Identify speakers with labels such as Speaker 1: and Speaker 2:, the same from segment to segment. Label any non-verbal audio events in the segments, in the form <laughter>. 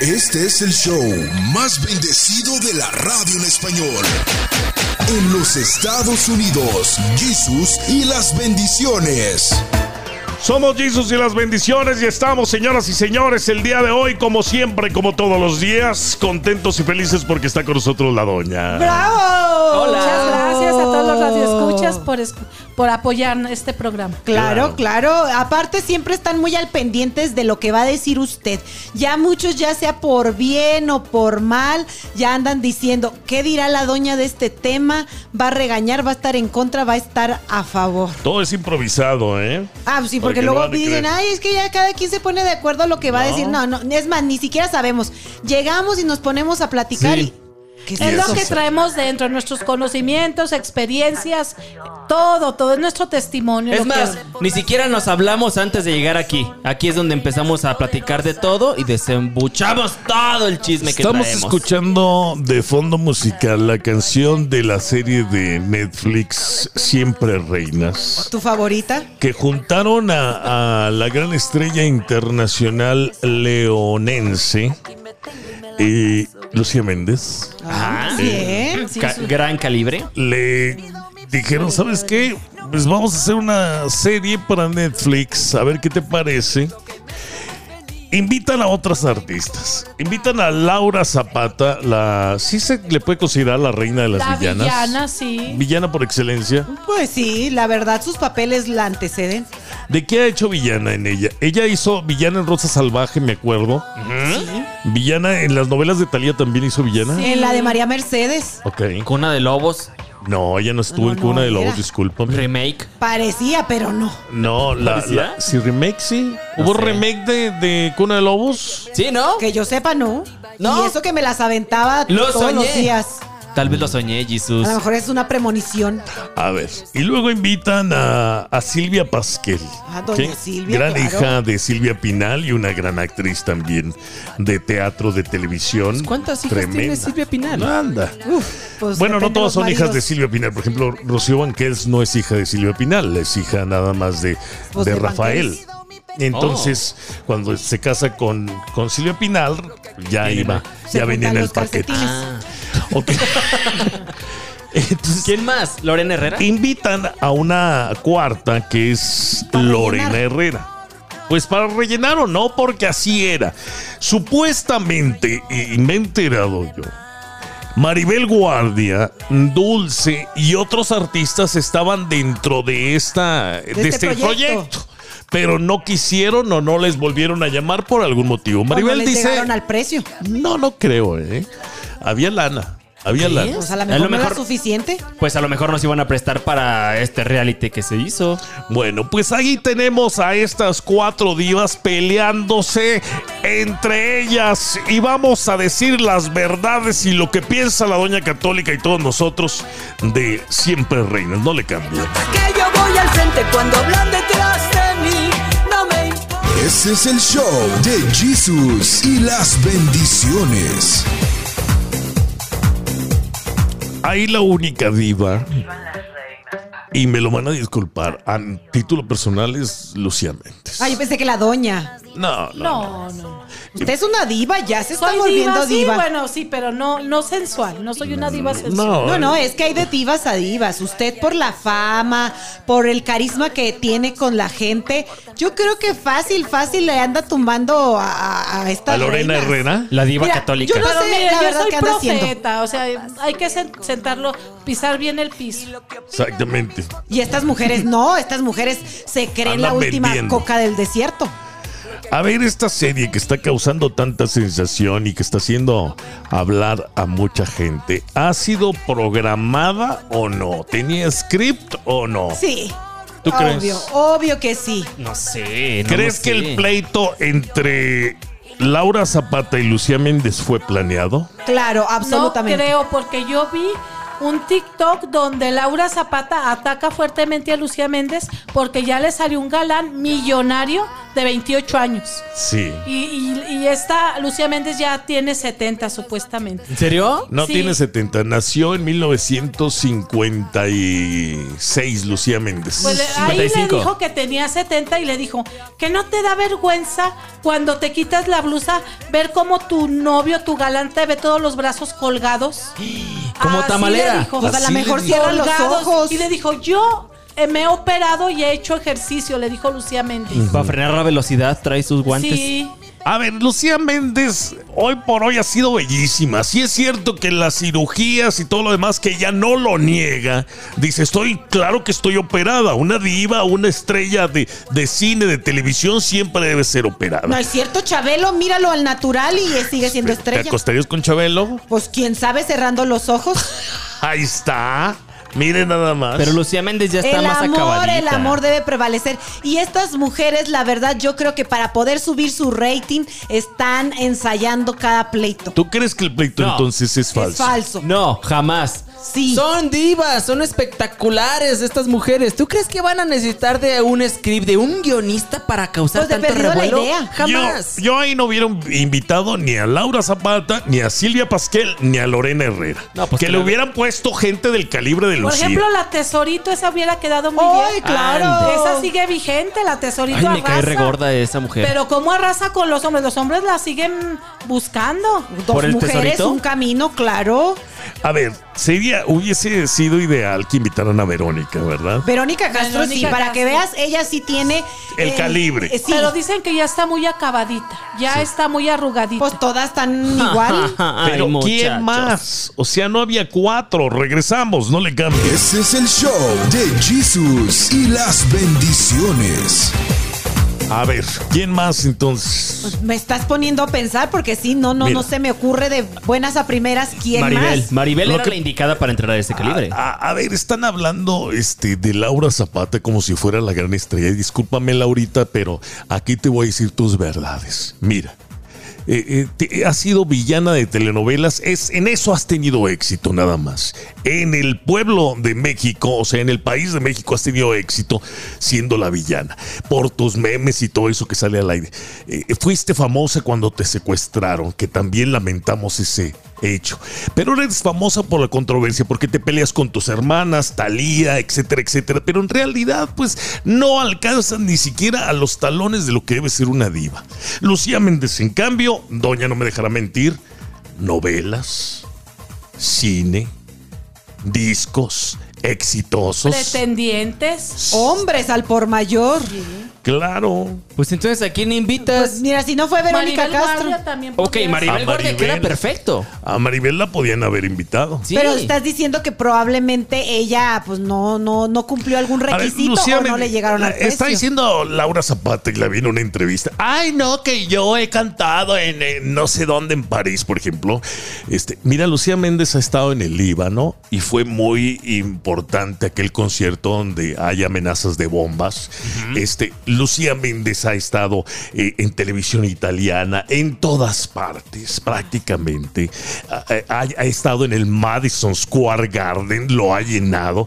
Speaker 1: Este es el show más bendecido de la radio en español. En los Estados Unidos, Jesús y las bendiciones.
Speaker 2: Somos Jesús y las bendiciones y estamos, señoras y señores, el día de hoy, como siempre, como todos los días, contentos y felices porque está con nosotros la doña.
Speaker 3: ¡Bravo!
Speaker 4: Hola. Muchas gracias a todos los
Speaker 3: Oh.
Speaker 4: radioescuchas por, es- por apoyar este programa.
Speaker 3: Claro, claro. Aparte siempre están muy al pendientes de lo que va a decir usted. Ya muchos, ya sea por bien o por mal, ya andan diciendo, ¿qué dirá la doña de este tema? ¿Va a regañar? ¿Va a estar en contra? ¿Va a estar a favor?
Speaker 2: Todo es improvisado, ¿eh?
Speaker 3: Ah, sí, porque
Speaker 2: Porque
Speaker 3: luego
Speaker 2: no van a
Speaker 3: dicen,
Speaker 2: creer.
Speaker 3: ay, es que ya cada quien se pone de acuerdo a lo que va a
Speaker 2: No.
Speaker 3: decir. No, no, es más, ni siquiera sabemos. Llegamos y nos ponemos a platicar
Speaker 2: Sí.
Speaker 3: y...
Speaker 2: Y
Speaker 3: ¿Qué
Speaker 4: Es
Speaker 2: eso
Speaker 4: lo que
Speaker 2: sí.
Speaker 4: traemos dentro, nuestros conocimientos, experiencias, todo, todo es nuestro testimonio.
Speaker 5: Es
Speaker 4: lo que-
Speaker 5: más, ni siquiera nos hablamos antes de llegar aquí. Aquí es donde empezamos a platicar de todo y desembuchamos todo el chisme que
Speaker 2: Estamos
Speaker 5: traemos.
Speaker 2: escuchando de fondo musical la canción de la serie de Netflix Siempre Reinas,
Speaker 3: ¿Tu favorita?
Speaker 2: que juntaron a, a la gran estrella internacional leonense, eh, Lucía Méndez.
Speaker 5: Ah,
Speaker 3: Bien.
Speaker 5: Ca- gran calibre.
Speaker 2: le dijeron, ¿sabes qué? Pues vamos a hacer una serie para Netflix, a ver qué te parece. Invitan a otras artistas. Invitan a Laura Zapata, la sí se le puede considerar la reina de las
Speaker 4: la
Speaker 2: villanas.
Speaker 4: villana, sí.
Speaker 2: Villana por excelencia.
Speaker 3: Pues sí, la verdad, sus papeles la anteceden.
Speaker 2: ¿De qué ha hecho villana en ella? Ella hizo villana en Rosa Salvaje, me acuerdo. Villana en las novelas de Talía también hizo villana.
Speaker 4: Sí.
Speaker 3: En la de María Mercedes.
Speaker 2: Ok.
Speaker 5: Cuna de Lobos,
Speaker 2: No, ella no estuvo
Speaker 3: No,
Speaker 2: en Cuna
Speaker 3: no,
Speaker 2: de Lobos,
Speaker 3: era.
Speaker 2: discúlpame.
Speaker 5: remake.
Speaker 3: Parecía, pero no.
Speaker 2: No, la,
Speaker 5: ¿Parecía?
Speaker 2: la- si remake sí. ¿Hubo
Speaker 5: sé.
Speaker 2: remake de, de Cuna de Lobos?
Speaker 5: ¿Sí, no?
Speaker 3: Que yo sepa, no.
Speaker 5: No.
Speaker 3: Y eso que me las aventaba
Speaker 5: Lo
Speaker 3: todos los
Speaker 5: soñé.
Speaker 3: días.
Speaker 5: Tal vez lo soñé, Jesús.
Speaker 3: A lo mejor es una premonición.
Speaker 2: A ver. Y luego invitan a, a Silvia Pasquel.
Speaker 3: Ah, doña
Speaker 2: ¿ok?
Speaker 3: Silvia,
Speaker 2: Gran
Speaker 3: claro.
Speaker 2: hija de Silvia Pinal y una gran actriz también de teatro, de televisión.
Speaker 5: ¿Cuántas hijas
Speaker 2: Tremenda.
Speaker 5: tiene Silvia Pinal?
Speaker 2: Anda.
Speaker 3: Uf, pues
Speaker 2: Bueno, no
Speaker 3: depende
Speaker 2: todas
Speaker 3: los
Speaker 2: son hijas de
Speaker 3: maridos.
Speaker 2: Silvia Pinal. Por ejemplo, Rocío Banquels no es hija de Silvia Pinal, es hija nada más de,
Speaker 3: Pues
Speaker 2: de
Speaker 3: de
Speaker 2: Rafael. Entonces, cuando se casa con, con Silvia Pinal, ya
Speaker 5: Viene
Speaker 2: iba,
Speaker 5: mal.
Speaker 3: Se
Speaker 2: ya venía
Speaker 3: juntan
Speaker 2: en el
Speaker 3: los
Speaker 2: paquete. Ah,
Speaker 3: calcetines.
Speaker 2: Ok. <laughs> Entonces,
Speaker 5: ¿Quién más? ¿Lorena Herrera?
Speaker 2: invitan a una cuarta que es
Speaker 3: Para
Speaker 2: Lorena
Speaker 3: rellenar.
Speaker 2: Herrera. Pues para rellenar o no, porque así era. Supuestamente, y me he enterado yo, Maribel Guardia, Dulce y otros artistas estaban dentro de, esta, de,
Speaker 3: este
Speaker 2: este, proyecto.
Speaker 3: proyecto.
Speaker 2: Pero no quisieron o no les volvieron a llamar por algún motivo.
Speaker 3: Cuando
Speaker 2: Ah. Maribel
Speaker 3: les
Speaker 2: dice...
Speaker 3: llegaron al precio.
Speaker 2: No, no creo, ¿eh? Había lana. Había
Speaker 5: ¿Qué?
Speaker 2: lana.
Speaker 3: O sea, a
Speaker 5: A
Speaker 3: lo
Speaker 5: lo
Speaker 3: mejor, no
Speaker 5: mejor-
Speaker 3: era suficiente.
Speaker 5: Pues a lo mejor nos iban a prestar para este reality que se hizo.
Speaker 2: Bueno, pues ahí tenemos a estas cuatro divas peleándose entre ellas y vamos a decir las verdades y lo que piensa la doña católica y todos nosotros de siempre reinas. No le cambie.
Speaker 6: Que yo voy al frente cuando hablan detrás de mí. No me importa.
Speaker 1: Este es el show de Jesús y las bendiciones.
Speaker 2: Ahí la única diva y me lo van a disculpar. A título personal es Lucía Méndez.
Speaker 3: Ay, yo pensé que la doña.
Speaker 2: No, no.
Speaker 4: No, no.
Speaker 3: Usted es una diva, ya se está
Speaker 4: Soy
Speaker 3: volviendo
Speaker 4: diva,
Speaker 3: diva.
Speaker 4: sí, bueno, sí, pero no, no sensual. No soy una diva sensual.
Speaker 2: No,
Speaker 3: No, no, es que hay de divas a divas. Usted por la fama, por el carisma que tiene con la gente. Yo creo que fácil, fácil le anda tumbando a, a, a esta.
Speaker 2: A Lorena Herrera.
Speaker 5: La diva
Speaker 3: Mira,
Speaker 5: católica.
Speaker 3: yo no-
Speaker 4: Pero
Speaker 3: sé,
Speaker 4: mire,
Speaker 3: la
Speaker 4: yo
Speaker 3: verdad,
Speaker 4: soy
Speaker 3: ¿qué anda haciendo?
Speaker 4: profeta, o sea, hay que sen- sentarlo, pisar bien el piso.
Speaker 2: Exactamente.
Speaker 3: Y estas mujeres, no, estas mujeres se creen
Speaker 2: Andan
Speaker 3: la última
Speaker 2: vendiendo.
Speaker 3: coca del desierto.
Speaker 2: A ver, esta serie que está causando tanta sensación y que está haciendo hablar a mucha gente, ¿ha sido programada o no? ¿Tenía script o no?
Speaker 3: Sí.
Speaker 2: ¿Tú
Speaker 3: obvio,
Speaker 2: crees?
Speaker 3: obveo que sí.
Speaker 5: No sé. no
Speaker 2: ¿Crees
Speaker 5: lo
Speaker 2: que
Speaker 5: sé.
Speaker 2: el pleito entre Laura Zapata y Lucía Méndez fue planeado?
Speaker 3: Claro,
Speaker 4: No
Speaker 3: absolutamente.
Speaker 4: creo, porque yo vi un TikTok donde Laura Zapata ataca fuertemente a Lucía Méndez porque ya le salió un galán millonario de 28 años.
Speaker 2: Sí.
Speaker 4: Y, y- y esta Lucía Méndez ya tiene 70 supuestamente.
Speaker 5: ¿En serio?
Speaker 2: No
Speaker 4: Sí.
Speaker 2: tiene 70, nació en 1956 Lucía Méndez.
Speaker 4: Pues le- ahí le
Speaker 5: 55.
Speaker 4: dijo que tenía 70 y le dijo que no te da vergüenza cuando te quitas la blusa ver cómo tu novio, tu galán te ve todos los brazos colgados.
Speaker 3: Ah,
Speaker 5: Como
Speaker 4: Así le
Speaker 5: tamalera.
Speaker 4: dijo.
Speaker 3: Pues a lo
Speaker 2: Así le
Speaker 3: mejor
Speaker 2: dijo.
Speaker 3: cierran los
Speaker 4: Colgados.
Speaker 3: ojos.
Speaker 4: Y le dijo, yo eh, me he operado y he hecho ejercicio, le dijo Lucía Méndez.
Speaker 5: Para frenar la velocidad trae sus guantes.
Speaker 4: Sí,
Speaker 2: A ver, Lucía Méndez hoy por hoy ha sido bellísima. Sí es cierto que las cirugías y todo lo demás que ella no lo niega. Dice, estoy claro que estoy operada. Una diva, una estrella de, de cine, de televisión siempre debe ser
Speaker 3: No
Speaker 2: operada.
Speaker 3: es cierto, Chabelo, míralo al natural y sigue siendo
Speaker 2: ¿Te
Speaker 3: estrella.
Speaker 2: acostarías con Chabelo?
Speaker 3: Pues quién sabe cerrando los ojos.
Speaker 2: Ahí está. Mire nada más.
Speaker 5: Pero Lucía Méndez ya está
Speaker 3: el
Speaker 5: más
Speaker 3: amor,
Speaker 5: acabadita.
Speaker 3: el amor debe prevalecer. Y estas mujeres, la verdad, yo creo que para poder subir su rating, están ensayando cada pleito.
Speaker 2: ¿Tú crees que el pleito
Speaker 5: No.
Speaker 2: entonces es falso?
Speaker 3: Es falso.
Speaker 5: No, jamás.
Speaker 3: Sí.
Speaker 5: Son divas, son espectaculares estas mujeres. ¿Tú crees que van a necesitar de un script, de un guionista para causar
Speaker 3: Pues de
Speaker 5: tanto
Speaker 3: perdido la
Speaker 5: revuelo?
Speaker 3: idea.
Speaker 5: Jamás.
Speaker 2: Yo, yo ahí no hubiera invitado ni a Laura Zapata, ni a Silvia Pasquel, ni a Lorena Herrera.
Speaker 5: No, pues
Speaker 2: que
Speaker 5: claro.
Speaker 2: le hubieran puesto gente del calibre de
Speaker 4: por
Speaker 2: Lucía.
Speaker 4: ejemplo, la tesorito esa hubiera quedado muy
Speaker 3: ¡Ay,
Speaker 4: bien.
Speaker 3: claro!
Speaker 5: Ande.
Speaker 4: Esa sigue vigente, la tesorito
Speaker 5: Ay, me
Speaker 4: arrasa.
Speaker 5: cae regorda esa mujer.
Speaker 4: Pero cómo arrasa con los hombres, los hombres la siguen buscando.
Speaker 3: Dos
Speaker 5: ¿Por el
Speaker 3: mujeres,
Speaker 5: tesorito?
Speaker 3: un camino, claro.
Speaker 2: a ver, sería, hubiese sido ideal que invitaran a Verónica, ¿verdad?
Speaker 3: Verónica Castro, sí,
Speaker 4: Verónica
Speaker 3: para que
Speaker 4: Castro.
Speaker 3: veas, ella sí tiene.
Speaker 2: El calibre.
Speaker 3: eh, sí,
Speaker 4: Pero dicen que ya está muy acabadita, ya está muy arrugadita.
Speaker 3: pues todas están
Speaker 5: <laughs>
Speaker 3: igual.
Speaker 5: Ay,
Speaker 2: Pero
Speaker 5: muchachos.
Speaker 2: ¿quién más? O sea, no había cuatro. Regresamos, no le cambies.
Speaker 1: Este es el show de Jesús y las bendiciones.
Speaker 2: A ver, ¿quién más entonces?
Speaker 3: Me estás poniendo a pensar porque sí, no, no,
Speaker 2: Mira.
Speaker 3: no se me ocurre de buenas a primeras quién
Speaker 5: Maribel,
Speaker 3: más.
Speaker 5: Maribel
Speaker 2: Lo
Speaker 5: era
Speaker 2: que- Ah,
Speaker 5: la indicada para entrar a ese calibre.
Speaker 2: A, a ver, están hablando este, de Laura Zapata como si fuera la gran estrella. Y Discúlpame, Laurita, pero aquí te voy a decir tus verdades. Mira, eh, eh, te- has sido villana de telenovelas, es, en eso has tenido éxito nada más. En el pueblo de México, o sea, en el país de México has tenido éxito siendo la villana, por tus memes y todo eso que sale al aire. Eh, fuiste famosa cuando te secuestraron, que también lamentamos ese hecho. Pero eres famosa por la controversia, porque te peleas con tus hermanas, Talía, etcétera, etcétera. Pero en realidad, pues, no alcanzan ni siquiera a los talones de lo que debe ser una diva. Lucía Méndez, en cambio, Doña no me dejará mentir, novelas, cine, discos exitosos.
Speaker 4: Pretendientes.
Speaker 3: Hombres al por mayor.
Speaker 2: Claro.
Speaker 5: Pues entonces, ¿a quién
Speaker 3: Pues
Speaker 5: invitas?
Speaker 3: mira, si no fue Verónica
Speaker 4: Maribel
Speaker 3: Castro.
Speaker 4: Guardia también
Speaker 5: ok,
Speaker 4: podría
Speaker 5: Maribel,
Speaker 2: A
Speaker 5: Guardia
Speaker 2: Maribel.
Speaker 5: queda perfecto.
Speaker 2: A Maribel la podían haber invitado.
Speaker 5: Sí.
Speaker 3: Pero estás diciendo que probablemente ella pues no no no cumplió algún
Speaker 2: A ver,
Speaker 3: requisito
Speaker 2: Lucía
Speaker 3: o no
Speaker 2: Méndez,
Speaker 3: le llegaron
Speaker 2: la-
Speaker 3: al precio.
Speaker 2: Está diciendo Laura Zapata y la vi en una entrevista. Ay, no, que yo he cantado en, eh, no sé dónde, en París, por ejemplo. Este, mira, Lucía Méndez ha estado en el Líbano y fue muy importante aquel concierto donde hay amenazas de bombas. Este, Lucía Méndez ha estado eh, en televisión italiana, en todas partes, prácticamente. Ha, eh, ha- ha estado en el Madison Square Garden, lo ha llenado.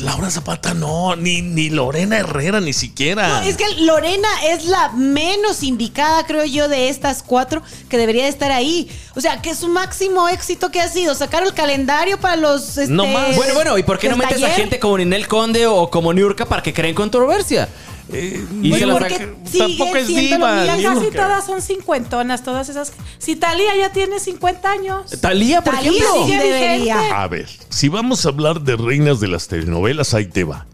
Speaker 2: Laura Zapata no, ni, ni Lorena Herrera ni siquiera.
Speaker 3: No, es que Lorena es la menos indicada, creo yo, de estas cuatro que debería de estar ahí. O sea, que su máximo éxito que ha sido sacar el calendario para los este,
Speaker 2: No más.
Speaker 5: Bueno, bueno, ¿y por qué no
Speaker 3: del
Speaker 5: metes a
Speaker 3: taller?
Speaker 5: gente como Ninel Conde o como Niurka para que creen controversia?
Speaker 2: Eh,
Speaker 5: y
Speaker 3: Pues
Speaker 5: se las
Speaker 3: porque
Speaker 5: saque-
Speaker 3: sigue siendo lo mismo.
Speaker 4: Ya
Speaker 2: digo
Speaker 4: casi
Speaker 2: que-
Speaker 4: todas son cincuentonas, todas esas. Si Talía ya tiene 50 años.
Speaker 5: Talía, por
Speaker 3: Thalía
Speaker 5: ejemplo.
Speaker 3: sí
Speaker 4: Sigue
Speaker 3: debería.
Speaker 4: vigente.
Speaker 2: A ver, si vamos a hablar de reinas de las telenovelas, ahí te va.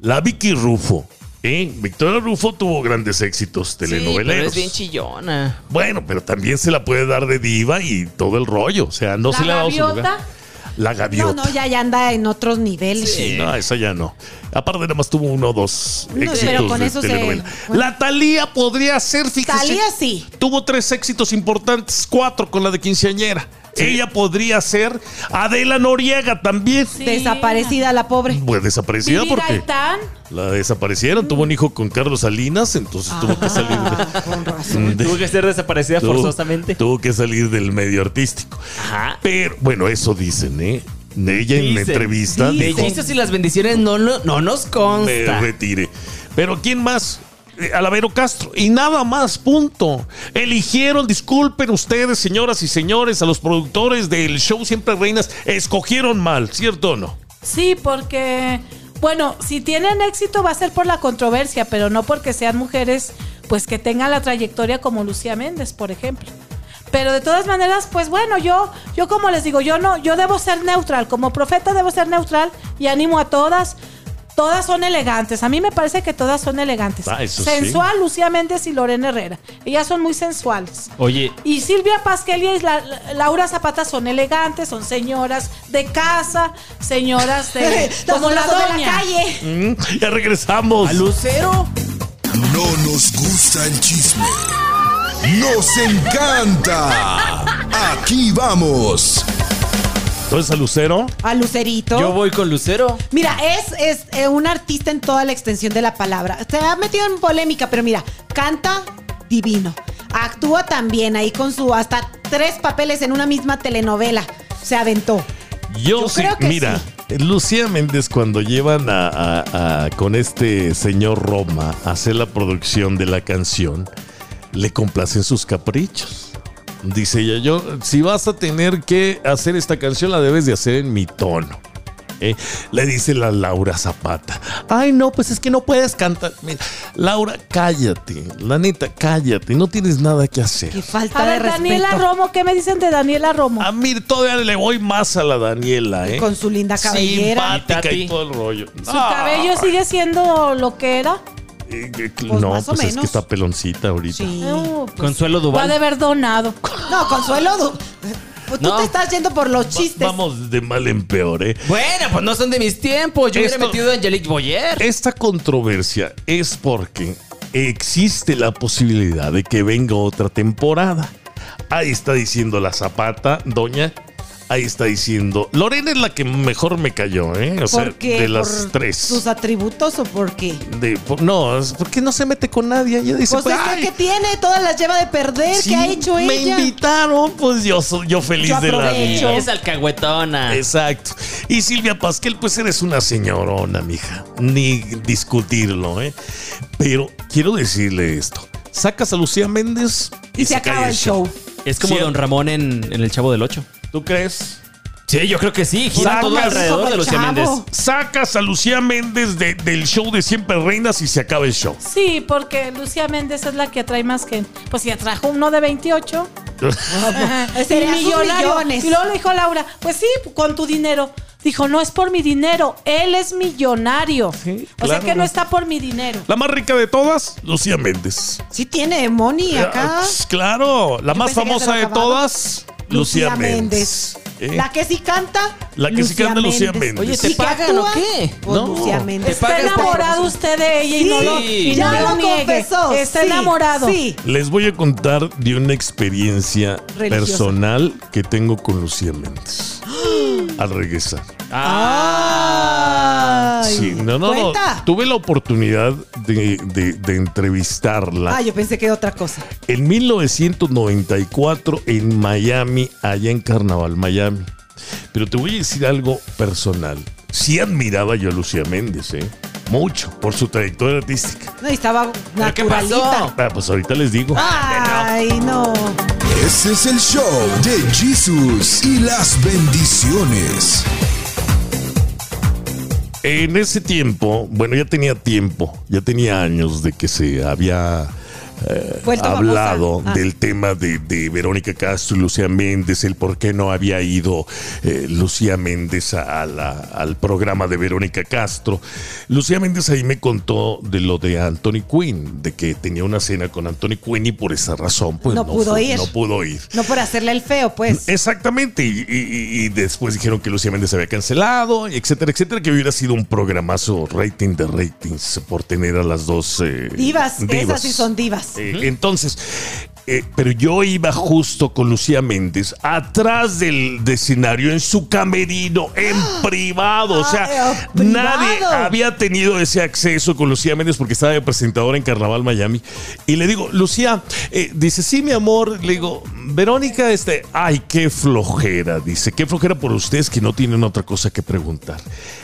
Speaker 2: La Vicky Rufo. ¿eh? Victoria Rufo tuvo grandes éxitos
Speaker 5: pero
Speaker 2: telenoveleros.
Speaker 5: es bien chillona.
Speaker 2: bueno, pero también se la puede dar de diva y todo el rollo. O sea, no
Speaker 4: La
Speaker 2: se le ha dado su
Speaker 4: gaviota.
Speaker 2: lugar. La
Speaker 3: No,
Speaker 2: gaviota.
Speaker 3: no, ya, ya anda en otros niveles.
Speaker 2: Sí, no, esa ya no. Aparte, nada más tuvo uno o dos
Speaker 3: No,
Speaker 2: éxitos
Speaker 3: pero con
Speaker 2: de
Speaker 3: eso se-
Speaker 2: telenovela. La Talía podría ser, fíjese.
Speaker 3: Talía sí.
Speaker 2: Tuvo tres éxitos importantes, cuatro con la de quinceañera. Ella podría ser Adela Noriega también.
Speaker 4: Sí.
Speaker 3: Desaparecida la pobre.
Speaker 2: Pues desaparecida
Speaker 4: Vivi
Speaker 2: porque
Speaker 4: Gaitán.
Speaker 2: la desaparecieron. Tuvo un hijo con Carlos Salinas, entonces tuvo que salir
Speaker 3: Ah, con razón.
Speaker 2: de- de-
Speaker 5: Tuvo que ser desaparecida
Speaker 2: tuvo-
Speaker 5: forzosamente.
Speaker 2: Tuvo que salir del medio artístico.
Speaker 5: Ajá.
Speaker 2: Pero bueno, eso dicen, ¿eh? de ella en la
Speaker 5: Dice,
Speaker 2: entrevista.
Speaker 5: De
Speaker 2: dijo,
Speaker 5: Jesus y las bendiciones no, no, no nos
Speaker 2: me
Speaker 5: consta.
Speaker 2: retire. Pero ¿quién más? Eh, Alavero Castro. Y nada más, punto. Eligieron, disculpen ustedes, señoras y señores, a los productores del show Siempre Reinas, escogieron mal, ¿cierto o no?
Speaker 4: Sí, porque, bueno, si tienen éxito va a ser por la controversia, pero no porque sean mujeres, pues que tengan la trayectoria como Lucía Méndez, por ejemplo. Pero de todas maneras, pues bueno, yo, yo como les digo, yo no, yo debo ser neutral, como profeta debo ser neutral y animo a todas. Todas son elegantes. A mí me parece que todas son elegantes.
Speaker 2: Ah, eso sí.
Speaker 4: Sensual, Lucía Méndez y Lorena Herrera. Ellas son muy sensuales.
Speaker 5: Oye,
Speaker 4: Y Silvia Pasquelia y la- la- Laura Zapata son elegantes, son señoras de casa, señoras
Speaker 3: <laughs>
Speaker 4: de como la
Speaker 3: otras son de <laughs>
Speaker 4: doña.
Speaker 3: la calle.
Speaker 2: Mm, Ya regresamos.
Speaker 5: a Lucero.
Speaker 1: No nos gusta el chisme. Nos encanta. Aquí vamos.
Speaker 2: Entonces a Lucero.
Speaker 3: A Lucerito.
Speaker 5: Yo voy con Lucero.
Speaker 3: Mira, es, es eh, un artista en toda la extensión de la palabra. Se ha metido en polémica, pero mira, canta divino. Actúa también ahí con su hasta tres papeles en una misma telenovela. Se aventó.
Speaker 2: Yo,
Speaker 3: Yo
Speaker 2: sí,
Speaker 3: creo que
Speaker 2: mira, Lucía Méndez cuando llevan a, a- a- con este señor Roma a hacer la producción de la canción, le complacen sus caprichos. Dice ella, yo, si vas a tener que hacer esta canción, la debes de hacer en mi tono. ¿eh? Le dice la Laura Zapata. Ay, no, pues es que no puedes cantar. Mira, Laura, cállate. La neta, cállate. No tienes nada que hacer.
Speaker 3: Qué falta
Speaker 4: A
Speaker 3: de
Speaker 4: ver,
Speaker 3: respeto.
Speaker 4: Daniela Romo, ¿qué me dicen de Daniela Romo?
Speaker 2: A mí todavía le voy más a la Daniela, ¿eh?
Speaker 3: Con su linda cabellera.
Speaker 2: Simpática y
Speaker 5: Tati.
Speaker 2: todo el rollo.
Speaker 4: Su cabello sigue siendo lo que era.
Speaker 2: no,
Speaker 3: más o
Speaker 2: pues es que
Speaker 3: menos.
Speaker 2: está peloncita ahorita.
Speaker 3: Sí.
Speaker 4: No, pues,
Speaker 5: Consuelo
Speaker 4: lo ha de
Speaker 5: Duval.
Speaker 4: haber donado.
Speaker 3: No, Consuelo, du- tú
Speaker 5: No.
Speaker 3: te estás yendo por los
Speaker 2: Va-
Speaker 3: chistes.
Speaker 2: Vamos de mal en peor, ¿eh?
Speaker 5: Bueno, pues no son de mis tiempos. Yo
Speaker 2: Esto-
Speaker 5: hubiera metido a Angelique Boyer.
Speaker 2: Esta controversia es porque existe la posibilidad de que venga otra temporada. Ahí está diciendo la Zapata, doña. Ahí está diciendo. Lorena es la que mejor me cayó, ¿eh? O sea,
Speaker 3: ¿Por qué?
Speaker 2: de las
Speaker 3: ¿Por
Speaker 2: tres.
Speaker 3: ¿Sus atributos o por qué?
Speaker 2: De- por- no, es- ¿por qué no se mete con nadie? Ella dice,
Speaker 3: Pues es la
Speaker 2: "Ay,
Speaker 3: que tiene, todas las lleva de perder,
Speaker 2: sí,
Speaker 3: que ha hecho
Speaker 2: me
Speaker 3: ella.
Speaker 2: invitaron, pues yo, soy- yo feliz
Speaker 3: Yo
Speaker 2: de la
Speaker 3: aprovecho.
Speaker 2: vida.
Speaker 5: Es alcahuetona.
Speaker 2: Exacto. Y Silvia Pasquel, pues eres una señorona, mija. Ni discutirlo, ¿eh? Pero quiero decirle esto. Sacas a Lucía Méndez
Speaker 3: y se acaba
Speaker 2: cae
Speaker 3: el show.
Speaker 5: Es como
Speaker 2: Sí.
Speaker 5: Don Ramón en, en El Chavo del Ocho.
Speaker 2: ¿Tú crees?
Speaker 5: Sí, yo creo que sí.
Speaker 2: Sacas-
Speaker 5: Gira todo alrededor de Lucía
Speaker 3: Chavo.
Speaker 5: Méndez.
Speaker 2: Sacas a Lucía Méndez de- del show de Siempre Reinas y se acaba el show.
Speaker 4: Sí, porque Lucía Méndez es la que atrae más que. Pues si atrajo uno de 28.
Speaker 3: Ese
Speaker 4: Y
Speaker 3: era sus
Speaker 4: millonario.
Speaker 3: millones.
Speaker 4: Y luego le dijo Laura, pues sí, con tu dinero. Dijo, no es por mi dinero, él es millonario.
Speaker 2: Sí,
Speaker 4: o sea
Speaker 2: claro.
Speaker 4: que no está por mi dinero.
Speaker 2: La más rica de todas, Lucía Méndez.
Speaker 3: Sí tiene money acá.
Speaker 2: Ah, Claro, la más
Speaker 3: pensé que ya se
Speaker 2: famosa
Speaker 3: lo
Speaker 2: de
Speaker 3: acabaron.
Speaker 2: todas, Lucía, Méndez. ¿Eh?
Speaker 3: La que sí canta.
Speaker 2: La que sí canta, Lucía Méndez.
Speaker 5: Oye, ¿te
Speaker 3: ¿Y que
Speaker 5: pagan
Speaker 3: actúa?
Speaker 5: o qué?
Speaker 3: Pues
Speaker 2: No.
Speaker 3: Lucía Méndez.
Speaker 5: Te
Speaker 4: Está
Speaker 5: pagas por-
Speaker 4: enamorado usted de ella y
Speaker 3: Sí,
Speaker 4: no lo, y
Speaker 3: ya
Speaker 4: no
Speaker 3: lo
Speaker 4: niegue.
Speaker 3: confesó.
Speaker 4: Está
Speaker 3: sí,
Speaker 4: enamorado.
Speaker 3: Sí.
Speaker 2: Les voy a contar de una experiencia
Speaker 3: Religiosa.
Speaker 2: personal que tengo con Lucía Méndez.
Speaker 3: <gasps>
Speaker 2: Al regresar.
Speaker 3: Ay,
Speaker 2: Ah. Sí, no, no, no.
Speaker 3: ¿Cuenta?
Speaker 2: Tuve la oportunidad de, de- de entrevistarla
Speaker 3: Ah, yo pensé que era otra cosa.
Speaker 2: en 1994 en Miami, allá en Carnaval, Miami. Pero te voy a decir algo personal. Sí admiraba yo a Lucía Méndez, ¿eh? Mucho, por su trayectoria artística.
Speaker 3: No, y estaba naturalita.
Speaker 5: qué pasó?
Speaker 2: Ah, pues ahorita les digo.
Speaker 3: Ay, no.
Speaker 1: Este es el show de Jesús y las bendiciones.
Speaker 2: En ese tiempo, bueno, ya tenía tiempo, ya tenía años de que se había eh,
Speaker 3: Vuelto famosa.
Speaker 2: hablado
Speaker 3: Ah.
Speaker 2: del tema de, de Verónica Castro y Lucía Méndez, el por qué no había ido eh, Lucía Méndez a la- al programa de Verónica Castro. Lucía Méndez ahí me contó de lo de Anthony Quinn, de que tenía una cena con Anthony Quinn y por esa razón pues
Speaker 3: No pudo
Speaker 2: fue-
Speaker 3: ir.
Speaker 2: No pudo ir.
Speaker 3: No por hacerle el feo, pues.
Speaker 2: Eh, Exactamente, y, y- y después dijeron que Lucía Méndez se había cancelado, y etcétera, etcétera, que hubiera sido un programazo rating de ratings por tener a las dos eh,
Speaker 3: divas, esas sí son divas.
Speaker 2: Eh, entonces, eh, pero yo iba justo con Lucía Méndez atrás del de escenario en su camerino
Speaker 3: <gasps>
Speaker 2: en privado. O sea,
Speaker 3: Ah, eh,
Speaker 2: nadie
Speaker 3: privado.
Speaker 2: había tenido ese acceso con Lucía Méndez porque estaba de presentadora en Carnaval Miami. Y le digo, Lucía, eh, dice, sí, mi amor. Le digo, Verónica, este, ay, qué flojera. Dice, qué flojera por ustedes que no tienen otra cosa que preguntar.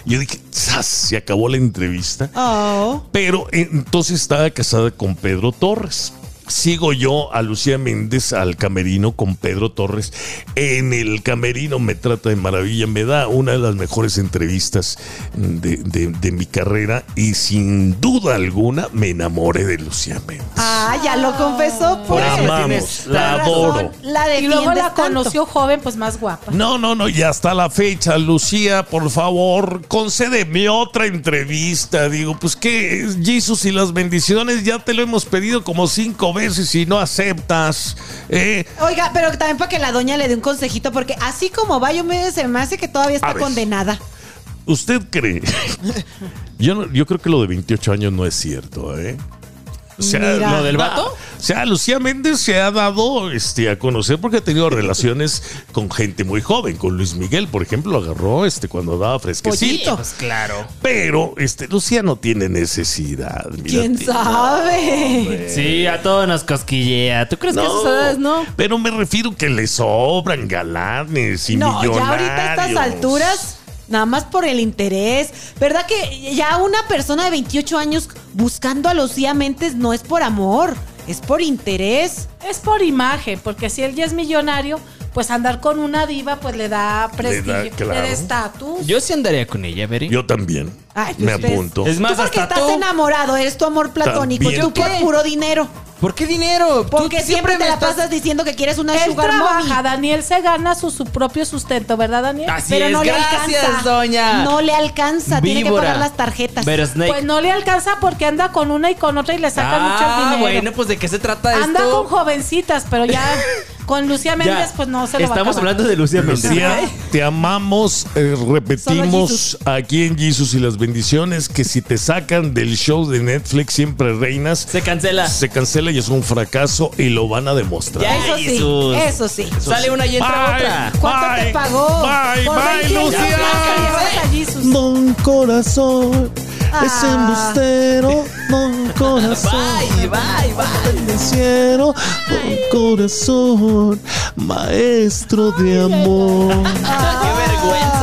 Speaker 2: Yo dije, "Zas", se acabó la entrevista.
Speaker 3: Oh.
Speaker 2: Pero eh, entonces estaba casada con Pedro Torres. Sigo yo a Lucía Méndez al camerino con Pedro Torres. En el camerino me trata de maravilla, me da una de las mejores entrevistas de, de- de mi carrera y sin duda alguna me enamoré de Lucía Méndez.
Speaker 3: Ah, ya lo confesó, pues.
Speaker 2: la amamos, la
Speaker 3: Razón,
Speaker 2: adoro.
Speaker 3: La
Speaker 4: Y luego
Speaker 3: defiendes
Speaker 4: la
Speaker 3: tanto.
Speaker 4: conoció joven, pues más guapa.
Speaker 2: No, no, no, ya está la fecha. Lucía, por favor, concédeme otra entrevista. Digo, pues que Jesús y las bendiciones ya te lo hemos pedido como cinco veces y no aceptas. Eh,
Speaker 3: Oiga, pero también para que la doña le dé un consejito, porque así como va, yo me, se me hace que todavía
Speaker 2: A
Speaker 3: está
Speaker 2: ver.
Speaker 3: condenada.
Speaker 2: ¿Usted cree? <laughs> yo, no- yo creo que lo de 28 años no es cierto, ¿eh? O sea,
Speaker 3: Mira.
Speaker 5: ¿Lo del vato?
Speaker 2: O sea, Lucía Méndez se ha dado este, a conocer porque ha tenido relaciones con gente muy joven. Con Luis Miguel, por ejemplo, lo agarró este, cuando daba fresquecito.
Speaker 5: Pues claro.
Speaker 2: Pero este, Lucía no tiene necesidad. mira,
Speaker 3: ¿Quién
Speaker 2: ti-
Speaker 3: sabe?
Speaker 5: Sí, a todos nos cosquillea. ¿Tú crees que esas edades no?
Speaker 2: Pero me refiero que le sobran galanes y
Speaker 3: <laughs> No, ya
Speaker 2: millonarios.
Speaker 3: ahorita a estas alturas, nada más por el interés. ¿Verdad que ya una persona de 28 años buscando a Lucía Mentes no es por amor, es por interés?
Speaker 4: Es por imagen, porque si él ya es millonario, pues andar con una diva, pues le da prestigio, le da,
Speaker 2: claro.
Speaker 4: estatus.
Speaker 5: Yo sí andaría con ella, Veri.
Speaker 2: Yo también.
Speaker 3: Ay, pues
Speaker 2: me
Speaker 3: ves.
Speaker 2: apunto.
Speaker 5: Es más,
Speaker 3: tú porque
Speaker 5: hasta
Speaker 3: estás
Speaker 5: tú.
Speaker 3: enamorado, eres tu amor platónico.
Speaker 2: También
Speaker 3: Tú
Speaker 2: tú.
Speaker 3: por puro dinero.
Speaker 5: ¿Por qué dinero? Tú
Speaker 3: Porque siempre, te
Speaker 5: me
Speaker 3: la
Speaker 5: estás-
Speaker 3: pasas diciendo que quieres una
Speaker 4: Él
Speaker 3: sugar
Speaker 4: trabaja,
Speaker 3: mommy.
Speaker 4: Daniel se gana su, su propio sustento, ¿verdad, Daniel?
Speaker 5: Así
Speaker 3: pero
Speaker 5: es,
Speaker 3: no le
Speaker 5: gracias,
Speaker 3: alcanza.
Speaker 5: doña.
Speaker 3: No le alcanza, tiene que
Speaker 5: Víbora.
Speaker 3: pagar las tarjetas.
Speaker 5: Pero Snake.
Speaker 4: Pues no le alcanza porque anda con una y con otra y le sacan mucho
Speaker 5: ah,
Speaker 4: dinero.
Speaker 5: bueno, pues de qué se trata
Speaker 4: Anda
Speaker 5: esto.
Speaker 4: con jovencitas,
Speaker 5: <laughs>
Speaker 4: pero ya con Lucía Méndez,
Speaker 5: Ya.
Speaker 4: pues no se lo
Speaker 5: Estamos
Speaker 4: va a acabar.
Speaker 5: hablando de Lucía Méndez.
Speaker 2: Lucía, te amamos, eh, repetimos aquí en Jesus y las bendiciones que si te sacan del show de Netflix siempre reinas,
Speaker 5: Se cancela.
Speaker 2: se cancela y es un fracaso y lo van a demostrar.
Speaker 5: Ya,
Speaker 3: eso sí,
Speaker 5: Jesús.
Speaker 3: eso sí.
Speaker 5: Sale una y entra otra.
Speaker 3: ¿Cuánto te pagó?
Speaker 2: Bye,
Speaker 3: Por
Speaker 2: bye,
Speaker 3: 20
Speaker 5: Ya,
Speaker 2: Lucía.
Speaker 5: blanca,
Speaker 4: Llevas a Jesus.
Speaker 2: Don corazón es
Speaker 3: Ah.
Speaker 2: embustero, don corazón
Speaker 5: Bye, bye, bye.
Speaker 2: cielo, don corazón maestro de amor.
Speaker 4: Ah.
Speaker 5: Qué vergüenza.